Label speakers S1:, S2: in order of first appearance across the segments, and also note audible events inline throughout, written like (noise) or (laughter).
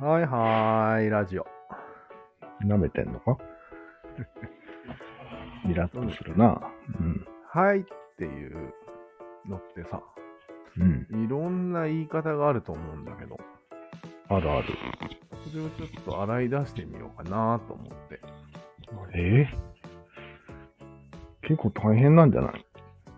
S1: はいはーい、ラジオ。
S2: 舐めてん
S1: (laughs)
S2: のかイラッとするな。うん。
S1: はいっていうのってさ、
S2: うん。
S1: いろんな言い方があると思うんだけど、
S2: あるある。
S1: それをちょっと洗い出してみようかなと思って。
S2: え結構大変なんじゃない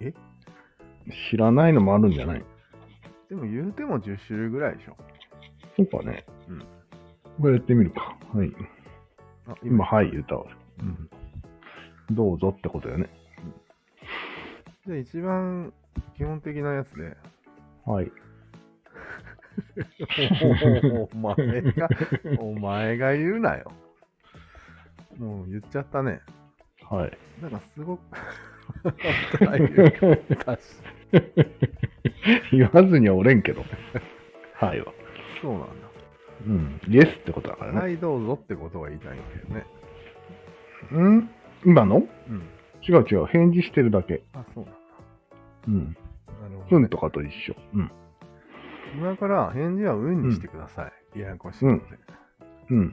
S1: え
S2: 知らないのもあるんじゃない
S1: でも言うても10種類ぐらいでしょ。
S2: そうかね。
S1: うん
S2: これやってみるか。はい。
S1: あ
S2: 今、はい、言ったわ。
S1: うん
S2: どうぞってことよね。
S1: じゃあ一番基本的なやつ
S2: (laughs)
S1: で、
S2: はい。
S1: お前が、お前が言うなよ。もう言っちゃったね。
S2: はい。 (laughs)
S1: なんかすごく (laughs) 辛い言い方し、
S2: 言わずにはおれんけど。 (laughs) はいは。
S1: そうなんだ。
S2: うん。イエスってことだからね。
S1: はい、どうぞってことが言いたいんだよね。
S2: うん今の
S1: うん。
S2: 違う違う。返事してるだけ。
S1: あ、そうなん
S2: うん。
S1: だ。なるほ
S2: う
S1: ど、ね
S2: んとかと一緒。うん。
S1: 今から返事はうんにしてください。ややこしいので。
S2: うん。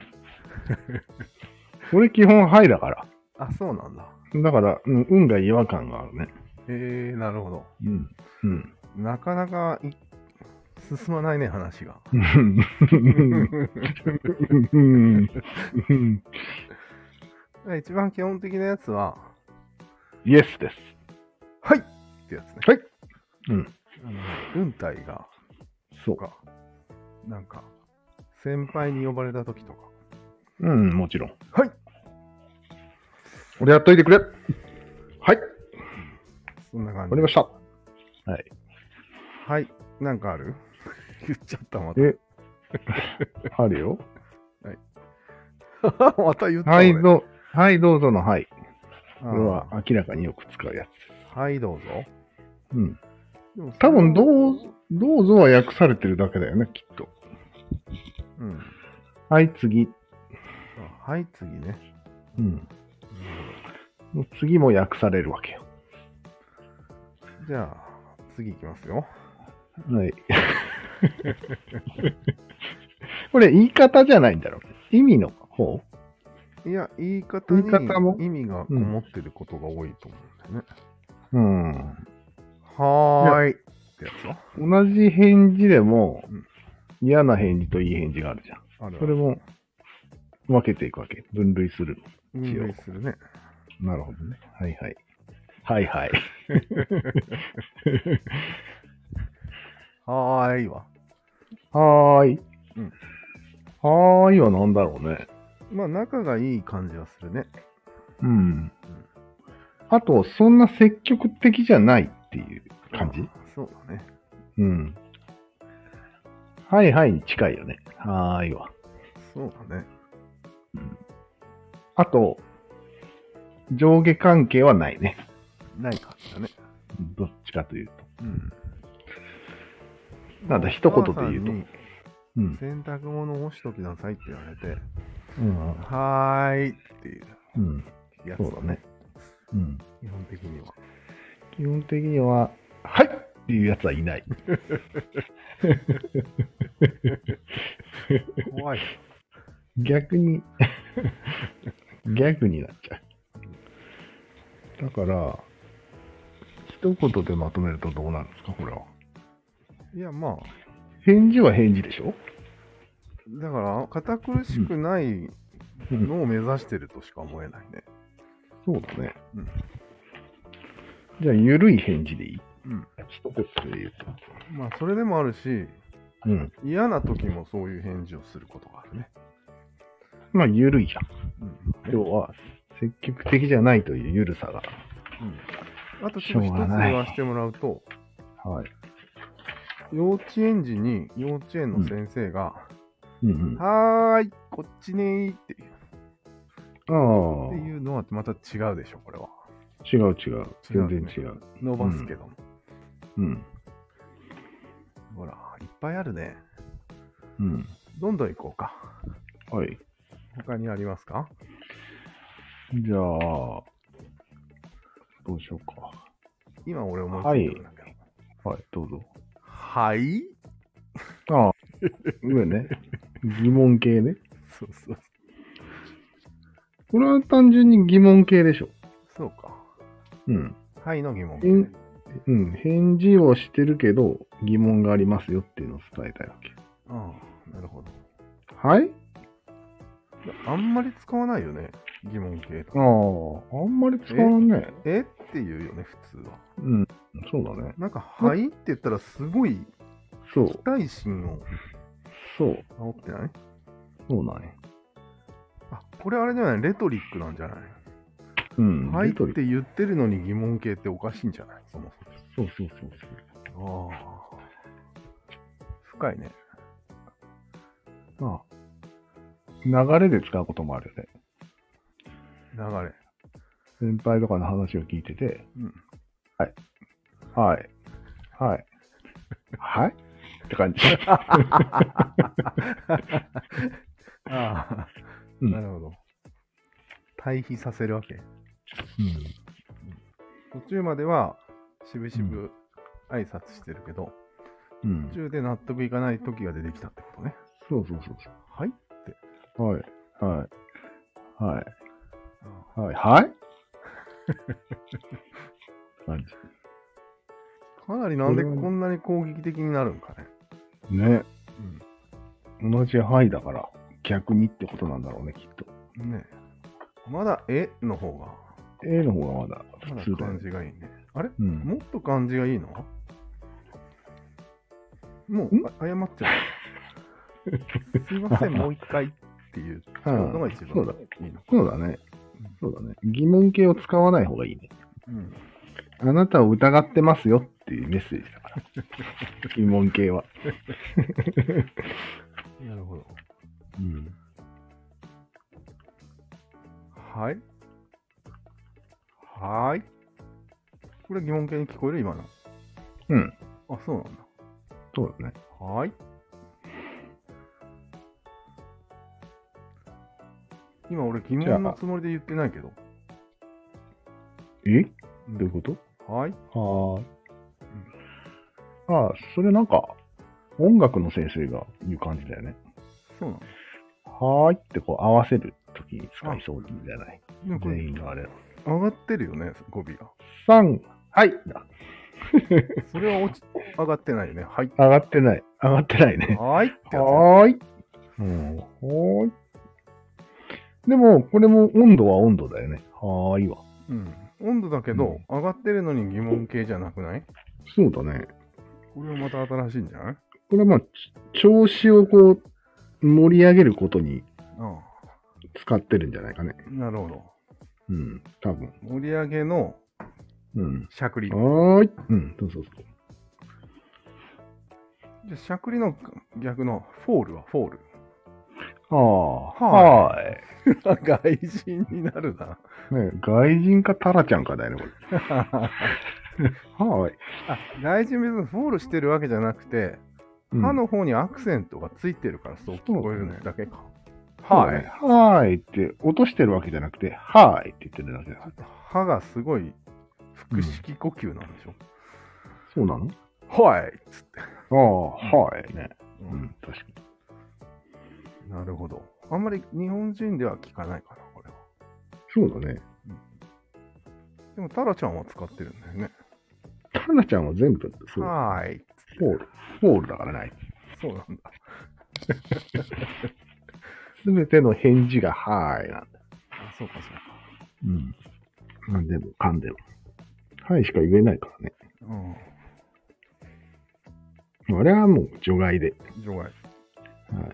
S2: 俺基本はいだから。
S1: あ、そうなんだ。
S2: だから、うん、運が違和感があるね。
S1: えー、なるほど。
S2: うん。うん。
S1: なかなかい進まないね、話が。
S2: うん。
S1: 一番基本的なやつは、
S2: イエスです。
S1: はいってやつね。
S2: はい。うん。
S1: あのね軍隊が、
S2: そう
S1: か。なんか、先輩に呼ばれた時とか。
S2: うん、もちろん。
S1: はい。
S2: 俺やっといてくれ。はい。
S1: そんな感じ
S2: わかり。ました。
S1: はい。なんかある (laughs) 言っちゃった、ま
S2: えあるよ。
S1: た。 (laughs) また言った。
S2: はい、
S1: 俺
S2: どう、はい、どうぞのはい。
S1: あー
S2: これは明らかによく使うや
S1: はい、どうぞ。
S2: つ。うん。
S1: でもそれ
S2: 多
S1: は
S2: 分、どう、どうぞは訳されてるだけだよね、きっと。
S1: うん。
S2: はい、次。
S1: あはい、次ね。
S2: うん。次も訳されるわけよ。
S1: じゃあ、次いきますよ。
S2: はい。 (laughs) これ言い方じゃないんだろうね。意味の方
S1: いや、言い方に
S2: 言い方も
S1: 意味がこもってることが多いと思うんだよね。
S2: うん。
S1: はーい。ってやつは
S2: 同じ返事でも
S1: うん、
S2: 嫌な返事といい返事があるじゃん。
S1: あるあ
S2: そ
S1: る
S2: れも分けていくわけ。分類する。
S1: 分類するね。
S2: なるほどね。はいはい。はいはい。
S1: はーいは。
S2: はーい。
S1: うん
S2: はーいは何だろうね。
S1: まあ、仲がいい感じはするね。
S2: うん。あと、そんな積極的じゃないっていう感じ。
S1: そうだね。
S2: うん。はいはいに近いよね。はーいは。
S1: そうだね。
S2: あと、上下関係はないね。
S1: ない感じだね。
S2: どっちかというと。
S1: うん。
S2: なんだ一言で言うと
S1: お母
S2: う
S1: さんに
S2: ん。
S1: 洗濯物を干しときなさいって言われて、
S2: うん。
S1: はーいっていう
S2: うん、
S1: やつ
S2: そうだね。。うん。
S1: 基本的には。
S2: 基本的には、はいっていうやつはいない。
S1: 怖い。
S2: 逆に、 (laughs) 逆になっちゃう。だから、一言でまとめるとどうなるんですか、これは。
S1: いや、まあ、
S2: 返事は返事でしょ
S1: だから、堅苦しくないのを目指してるとしか思えないね。
S2: そうだね。
S1: うん
S2: じゃあ、ゆるい返事でいい
S1: うん。
S2: 一言で言うと。
S1: まあ、それでもあるし、
S2: うん。
S1: 嫌な時もそういう返事をすることがあるね。
S2: まあ、ゆるいじゃん。
S1: うん。
S2: 要は、積極的じゃないというゆるさが。
S1: うん、あと、ちょっと一つ言わせてもらうと、
S2: はい。
S1: 幼稚園児に幼稚園の先生が、
S2: うんうん。あ
S1: はーい、こっちねーっていうって
S2: あ、
S1: いうのはまた違うでしょ、これは。
S2: 違う違う。全然違う。
S1: 伸ばすけども。
S2: うん。
S1: ほら、いっぱいあるね。
S2: うん。
S1: どんどん行こうか。
S2: はい。
S1: 他にありますか
S2: じゃあ、どうしようか。
S1: 今俺思いついてるんだけど。
S2: はい、どうぞ。
S1: はい
S2: ああ、上ね。疑問系ね。
S1: そうそう。
S2: これは単純に疑問系でしょ。
S1: そうか。
S2: うん。
S1: はいの疑問、
S2: えんうん。返事をしてるけど、疑問がありますよっていうのを伝えたいわけ。
S1: ああ、なるほど。
S2: はい
S1: あんまり使わないよね、疑問形
S2: ああ、あんまり使わないね。
S1: えっていうよね、普通は。
S2: うん。そうだね。
S1: なんか、はいって言ったら、すごい
S2: そう
S1: 期。待心を
S2: そう。
S1: 煽ってない
S2: そうなんや。
S1: あ、これあれじゃないレトリックなんじゃない、
S2: うん。
S1: はいっ
S2: レトリ
S1: て言ってるのに疑問形っておかしいんじゃないそも
S2: そうそうそうそう。
S1: そも。ああ。深いね。
S2: まあ、流れで使うこともあるよね。
S1: 流れ。
S2: 先輩とかの話を聞いてて、
S1: うん。
S2: はい。はい。 (laughs) はいって感 (laughs) じ。
S1: ああ、
S2: うん
S1: なるほど。対比させるわけ。途中までは、しぶしぶ挨拶してるけど、
S2: うん。う
S1: 途
S2: ん。
S1: 中で納得いかない時が出てきたってことね。
S2: そうそうそう
S1: はい
S2: そう。はい。はい。はい。
S1: あ
S2: はい。はい (laughs) 感
S1: あかなりなんでこんなに攻撃的になるんかね。
S2: じ。ね。
S1: うん
S2: 同じはいだから、逆にってことなんだろうね、きっと。
S1: ねえまだえの方が、
S2: A の方がまだ
S1: まだ
S2: 普通だよ
S1: 感
S2: ね。
S1: じがいいね。あれ
S2: うん。
S1: もっと感じがいいのもうんあ謝っちゃ
S2: (laughs)
S1: う。すいません、もう一回っていうのが一
S2: そうだ
S1: 番いいの。
S2: そうだね。そうだね。疑問形を使わない方がいいね。
S1: うん、
S2: あなたを疑ってますよっていうメッセージだから。疑問形は。
S1: なるほど。
S2: うん。
S1: はいはーいこれ疑問形に聞こえる今の。
S2: うん。
S1: あ、そうなんだ。
S2: そうだね。
S1: はーい。今俺疑問のつもりで言ってないけど。
S2: えどういうこと
S1: はーい。
S2: はあ。ああ、それなんか、音楽の先生が言う感じだよね。
S1: そうなんだ。
S2: はーいってこう合わせるときに使いそうじゃない。
S1: でもこ
S2: 全
S1: れ
S2: 員があれ。
S1: 上がってるよね、語尾が。
S2: 3、はいだ
S1: それは
S2: (laughs)
S1: 落ち上がってないよね。はい。
S2: 上がってない。上がってないね。
S1: はーいってやつね
S2: (laughs) はーい。うん、はーい。でも、これも温度は温度だよね。はーいは。
S1: うん。温度だけど、上がってるのに疑問形じゃなくない
S2: そうだね。
S1: これはまた新しいんじゃない
S2: これはまあ、ち調子をこう、盛り上げることに
S1: あ
S2: 使ってるんじゃないかね。
S1: あ。なるほど。
S2: うん、多分。
S1: 盛り上げの
S2: うん。
S1: しゃくり。
S2: はーい。うん、そうそうそう。
S1: じゃあしゃくりの逆のフォールはフォ
S2: (laughs)
S1: ール。
S2: はー
S1: は
S2: はーい。
S1: 外人になるな。
S2: ね、外人かタラちゃんかだよ
S1: (laughs)
S2: ね、これ。はーい。
S1: あ外人別にフォールしてるわけじゃなくて、
S2: うん
S1: 歯の方にアクセントがついてるからそう聞こえるだけか。
S2: はーい。はーいって、落としてるわけじゃなくて、はーいって言ってるだけだから。
S1: 歯がすごい腹式呼吸なんでしょ。
S2: そうなの
S1: はいっつって、
S2: ああ、はい。ね。
S1: う
S2: うんん、確かに。
S1: なるほど。あんまり日本人では聞かないかな、これは。
S2: そうだね。
S1: でもタラちゃんは使ってるんだよね。
S2: タラちゃんは全部、そう。
S1: はーい。
S2: フォール。フォールだからない。
S1: そうなんだ。
S2: すべての返事が、はーいなんだ
S1: あそうかそ
S2: うん。なんでも、かんでも。はいしか言えないからね。
S1: うか。うん。
S2: あれはもう除外で。
S1: 除外。
S2: はい。
S1: やっ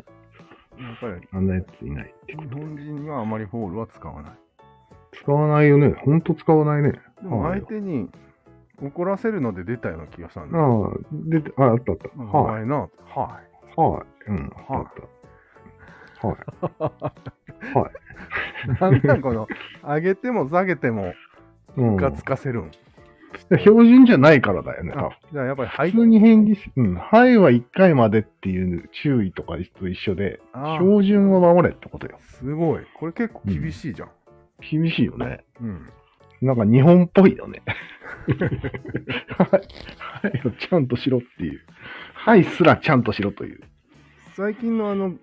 S1: ぱり
S2: あんなやついないって
S1: 日本人にはあまりフォールは使わない。
S2: 使わないよね。ほんと使わないね。
S1: でも
S2: はい
S1: 相手に怒らせるので出たような気がしたんだよ。
S2: ああ、で、あ、あったあった。
S1: うん
S2: は。
S1: お前な、はい
S2: はい。うん、あったあった。はい。
S1: い。なんなんこの、上げても下げても、
S2: うん。
S1: ムカつかせるん。
S2: 標準じゃないからだよね。多
S1: あ
S2: 分
S1: じゃあやっぱり、はい。
S2: 普通に返事し、うん、はいは1回までっていう注意とかと一緒で、
S1: あー
S2: 標準を守れってことよ。
S1: すごい。これ結構厳しいじゃん。
S2: 厳しいよね。
S1: うん。
S2: なんか日本っぽいよ
S1: (laughs)
S2: ね。はい。はいをちゃんとしろっていう。はいすらちゃんとしろという。
S1: 最近のあの、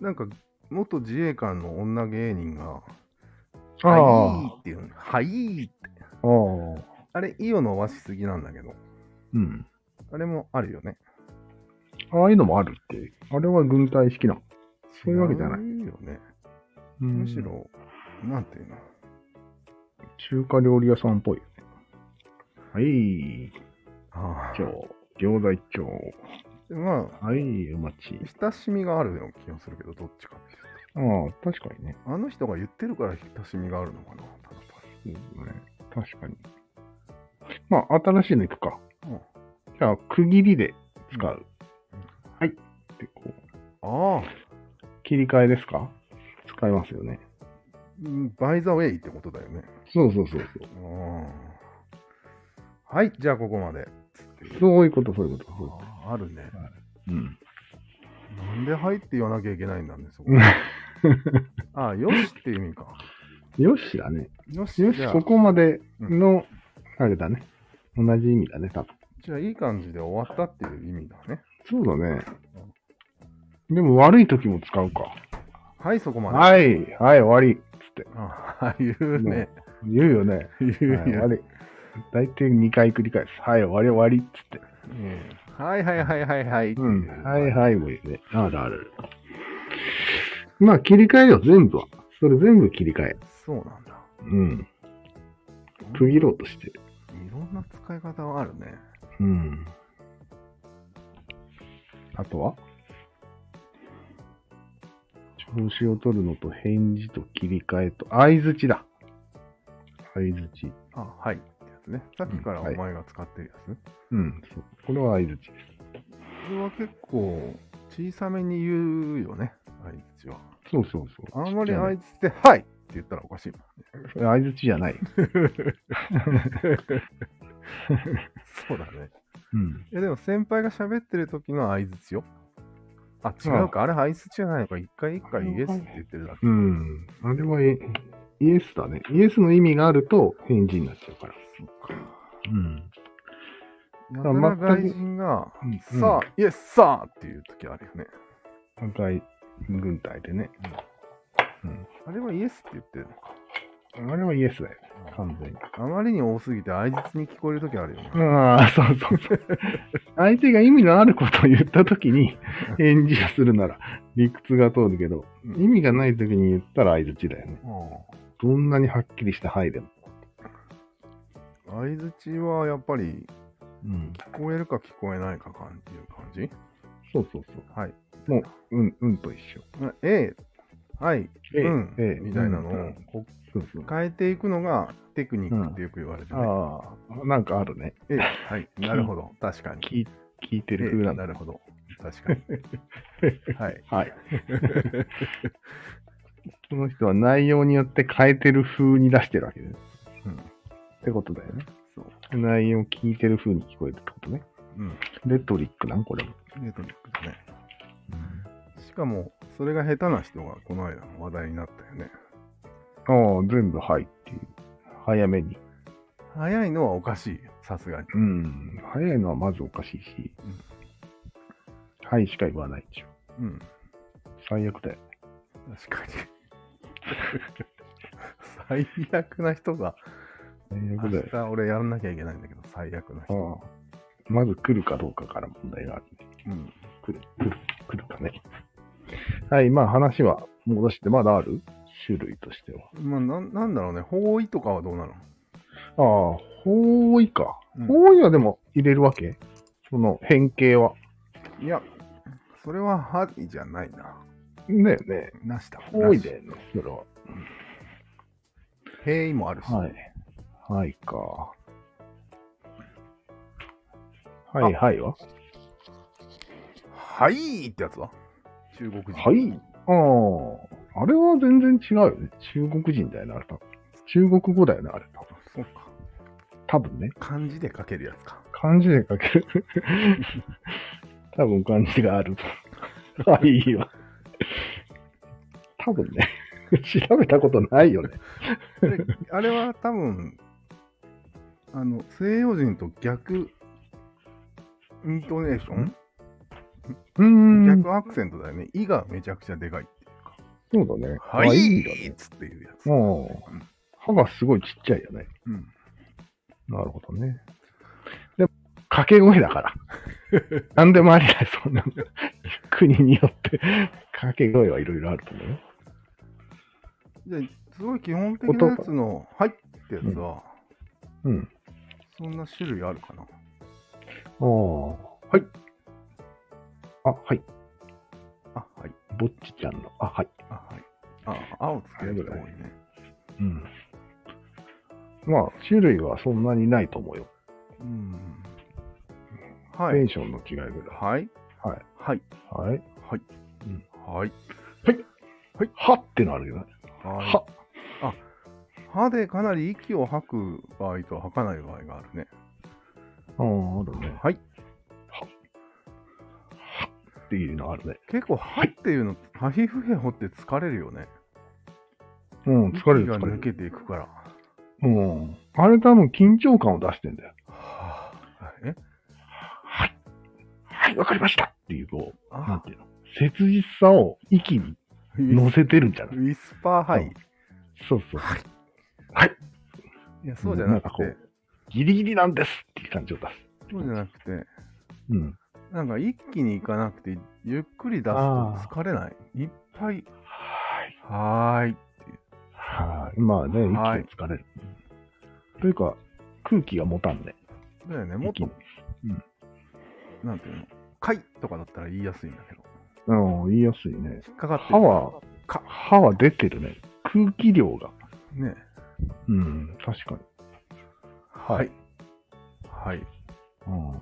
S1: なんか、元自衛官の女芸人が、
S2: あ
S1: はい
S2: あ
S1: っていうの。はいって。
S2: ああ、
S1: あれ、イオ伸ばしすぎなんだけど、
S2: うん。
S1: あれもあるよね。
S2: ああいうのもあるって。あれは軍隊式なの。そういうわけじゃない
S1: 違うよね。
S2: うん
S1: むし。ろ、なんていうの。
S2: 中華料理屋さんっぽいよね。はい、
S1: あ
S2: 一丁。餃子一丁。
S1: あまあ、
S2: はい、お待ち。
S1: 親しみがあるような気がするけど、どっちかっていう
S2: ああ、確かにね。
S1: と。あの人が言ってるから親しみがあるのかな、ただ単
S2: そうですね。確かに。まあ、新しいのいくか。
S1: にうん
S2: じゃあ、区切りで使う。
S1: うん
S2: はい。ってこう、
S1: ああ、
S2: 切り替えですか使いますよね。
S1: うんバイザウェイってことだよね。
S2: そうそうそうそ
S1: うんはい、じゃあここまで。
S2: う。そういうこと、そういうこと。そういうこ
S1: ああるね。
S2: とうん。
S1: なんではいって言わなきゃいけないんだね、
S2: (laughs)
S1: そこ。ああ、よしっていう意味か。
S2: よしだね。
S1: よし、
S2: よ
S1: じ
S2: し
S1: ゃ、あ
S2: ここまでの、あれだね。同じ意味だね、多分。
S1: じゃあいい感じで終わったっていう意味だね。
S2: そうだね。でも悪い時も使うか。
S1: はい、そこまで。い。
S2: はい、はい、終わり。
S1: あ言うね。
S2: 言うよね。
S1: 言う
S2: はい、
S1: よ
S2: 終わり。大体2回繰り返す。はい、終わり、終わり。つって。
S1: うんはいはいはいはいはい。
S2: うん。はいはいもいいね。あるある。まあ、切り替えよ、全部は。それ全部切り替え。
S1: そうなんだ。
S2: うん。区切ろうとしてる。
S1: いろんな使い方はあるね。
S2: うん。あとは調子を取るのと返事と切り替えと、相づちだ。相づち。
S1: あ、はい。ってやつね。さっきから
S2: う
S1: お
S2: んはい
S1: 前が使ってるやつね。
S2: うん、そう。これは相づちで
S1: これは結構小さめに言うよね、相づちは。
S2: す。そうそうそう。
S1: あんまり
S2: 相
S1: 相づちで、はいって言ったらおかしい (laughs) もん。
S2: づちじゃない。
S1: そうだね。
S2: うん。
S1: え、でも先輩が喋ってる時の相づちよ。あ、違うか。あれ相づちじゃないのか。一回一回イエスって言ってるだけ。
S2: うん。あれはえイエスだね。イエスの意味があると返事になっちゃうから。うん。
S1: や
S2: ん
S1: たら
S2: 全く
S1: 外人が
S2: うん、
S1: さあ、イエスさあっていう時あるよね。
S2: 反対軍隊でね。
S1: あれはイエスって言ってるのか。
S2: あれはイエスだよ。完全に。
S1: あまりに多すぎて相づちに聞こえる時あるよね。
S2: ああ、そうそうそう。相手が意味のあることを言ったときに返事をするなら理屈が通るけど、
S1: うん
S2: 意味がないときに言ったら相づちだよね。
S1: うん
S2: どんなにはっきりしたはいでも。
S1: 相づちはやっぱり
S2: うん。
S1: 聞こえるか聞こえないかかんっていう感じ
S2: そうそうそう。
S1: はい。
S2: うん、うんと一緒。
S1: あ A、はい、
S2: ええ
S1: うん、
S2: ええ
S1: みたいなの
S2: う
S1: を
S2: ん
S1: こ
S2: そうそう
S1: う。変えていくのがテクニックってよく言われてね。
S2: ああ、なんかあるね。
S1: ええはい、なるほど、確かに。
S2: 聞い聞いて
S1: え
S2: る
S1: え
S2: 風なんだ
S1: な。るほど、確
S2: (laughs)
S1: かに。はい、
S2: はい。 (laughs) その人は内容によって変えてる風に出してるわけです。
S1: うん
S2: ってことだよね。
S1: そう。
S2: 内容を聞いてる風に聞こえるってことね。
S1: うん、
S2: レトリックなんこれも。
S1: レトリックだね。しかも、それが下手な人がこの間話題になったよね。
S2: ああ、全部はいっていう。早めに。
S1: 早いのはおかしいよ、さすがに。
S2: うん。早いのはまずおかしいし。はいしか言わないでしょ。
S1: うん、
S2: 最悪だよ。
S1: 確か
S2: (laughs)
S1: に。最悪な人が、
S2: 最
S1: 明
S2: 悪だよ
S1: 日。俺やらなきゃいけないんだけど、最悪な人。
S2: ああ。まず来るかどうかから問題があるね。
S1: うん、
S2: 来る、来る、来るかね。はい、まあ話は戻して、まだある種類としては。
S1: まあなん、なんだろうね、方位とかはどうなの、
S2: ああ、方位か。
S1: うん
S2: 方位はでも入れるわけその変形は。
S1: いや、それははいじゃないな。
S2: だよね。
S1: なしだ。
S2: 方位だよね、それは。
S1: なし。平位もあるし。
S2: はい。はいか。はいはいは
S1: はいってやつは中国人。
S2: はい。ああ。あれは全然違うよね。中国人だよね、あれ多分。中国語だよね、あれ多分。
S1: そうか。
S2: 多分ね。
S1: 漢字で書けるやつか。
S2: 漢字で書ける。多分漢字があると。 (laughs) はい、いいわ。多分ね。 (laughs) 調べたことないよね。
S1: であれは多分、あの、西洋人と逆イントネーション
S2: うーん。
S1: 逆アクセントだよね。「い」がめちゃくちゃでかいっていうか。
S2: そうだね。
S1: はい
S2: あいいだね。
S1: っつっていうやつ。
S2: もう、歯がすごいちっちゃいよね。
S1: うん。
S2: なるほどね。でも、掛け声だから。何でもありだよ、そんなの。国によって、掛け声はいろいろあると思うよ。
S1: じゃあすごい基本的なやつの「はい」ってやつは、
S2: うん。
S1: そんな種類あるかな。
S2: ああ、はい。あ、はい。
S1: あ、はい。
S2: ぼっちちゃんの、あ、はい。
S1: あ、はい。あ、青つける人多いね。
S2: うん。まあ、種類はそんなにないと思うよ。
S1: うん。は
S2: テ
S1: い。
S2: ンションの違いぐらい。
S1: はい。
S2: はい。
S1: はい。
S2: はい。
S1: はい。
S2: うん
S1: はい。
S2: はってなるよね。
S1: はい。
S2: は。
S1: 歯でかなり息を吐く場合と吐かない場合があるね。
S2: ああ、あるね。
S1: はい。
S2: っていうのあるね。
S1: 結構歯っていうの、ハヒフヘホって疲れるよね。
S2: うん、疲れ
S1: 息
S2: る
S1: が
S2: 疲れ
S1: 抜
S2: る。
S1: けていくから。
S2: うん。あれ多分緊張感を出してんだよ。
S1: はあえ
S2: はい。はい、わかりましたっていう、こう、なん
S1: あ、
S2: ていうの、切実さを息に
S1: ウィ
S2: 乗
S1: ス
S2: せてるんじゃない
S1: ウィスパーハイ。
S2: そうそう。
S1: いや、そうじゃなく
S2: んかこ
S1: て、
S2: う、ギリギリなんですっていう感じを出す。
S1: そうじゃなくて、
S2: うん。
S1: なんか一気にいかなくて、ゆっくり出すと疲れない。いっぱい、
S2: はい。
S1: はーい。
S2: はい。まあね、息
S1: はい
S2: が疲れる。というか、空気が持たんね。
S1: だよね、もっと
S2: 息、
S1: なんていうの、かいとかだったら言いやすいんだけど、
S2: うん、言いやすいね。
S1: 引っかかって
S2: 歯は、
S1: か
S2: 歯は出てるね。空気量が。
S1: ね、
S2: うん、確かに。
S1: はい。はい。
S2: うん。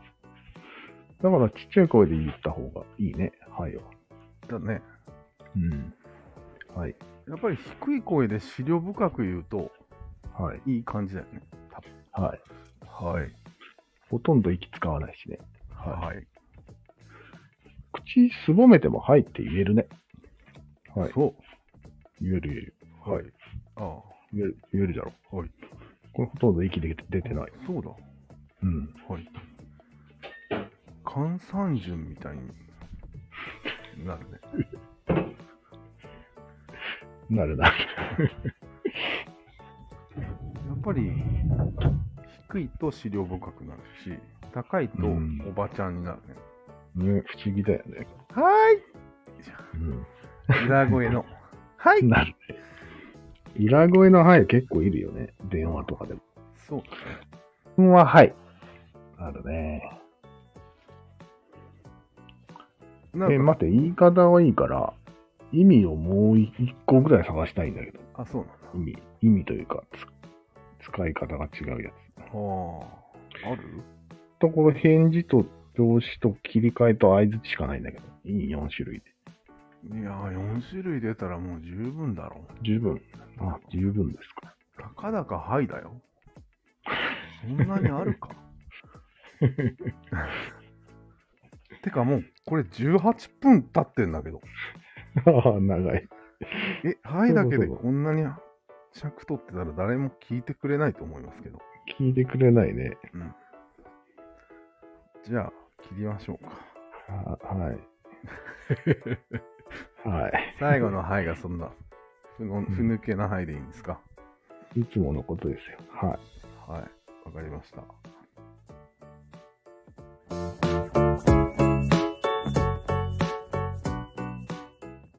S2: だから、ちっちゃい声で言った方がいいね。はいは。
S1: だね、
S2: うん。はい。
S1: やっぱり低い声で資料深く言うと、
S2: はい。
S1: いい感じだよね。
S2: はい。
S1: はい。
S2: ほとんど息使わないしね。
S1: はい。
S2: 口すぼめてもはいって言えるね。はい。
S1: そ
S2: 言える言える。
S1: う。はい。あ
S2: 言える言えるじゃろ。
S1: あ、はい。
S2: これほとんど息で出てない。。
S1: そうだ。
S2: うん。
S1: はい。換算順みたいになるね。
S2: なるな。
S1: やっぱり低いと資料深くなるし、高いと
S2: うん
S1: おばちゃんになるね。
S2: ね、不思議だよね。
S1: は
S2: うん。
S1: ーい裏声
S2: (laughs)
S1: の。はい
S2: なるね。裏声のはい結構いるよね。電話とかでも。
S1: そう。
S2: うんははい。あるね。
S1: なん
S2: え、
S1: か、
S2: 待って、言い方はいいから、意味をもう一個ぐらい探したいんだけど。
S1: あ、そうなんだ。
S2: 意味、意味というか、つ使い方が違うやつ。
S1: ああ。ある
S2: ところ返事と動詞と切り替えと相づちしかないんだけど、いい4種類で。
S1: いやー、4種類出たらもう十分だろう。
S2: 十分。あ、十分ですか。
S1: たかだかはいだよ。そんなにあるか。
S2: (laughs)
S1: てかもう、これ18分経ってんだけど。
S2: ああ、 (laughs) 長い。
S1: え、はいだけで
S2: そうそうそう
S1: こんなに尺取ってたら誰も聞いてくれないと思いますけど。
S2: 聞いてくれないね。
S1: じゃあ、切りましょうか。
S2: は (laughs) はい。はい。
S1: 最後のはいがそんな、ふの
S2: ん
S1: ふぬけなはいでいいんですか、
S2: いつものことですよ。はい。
S1: はい。わかりました。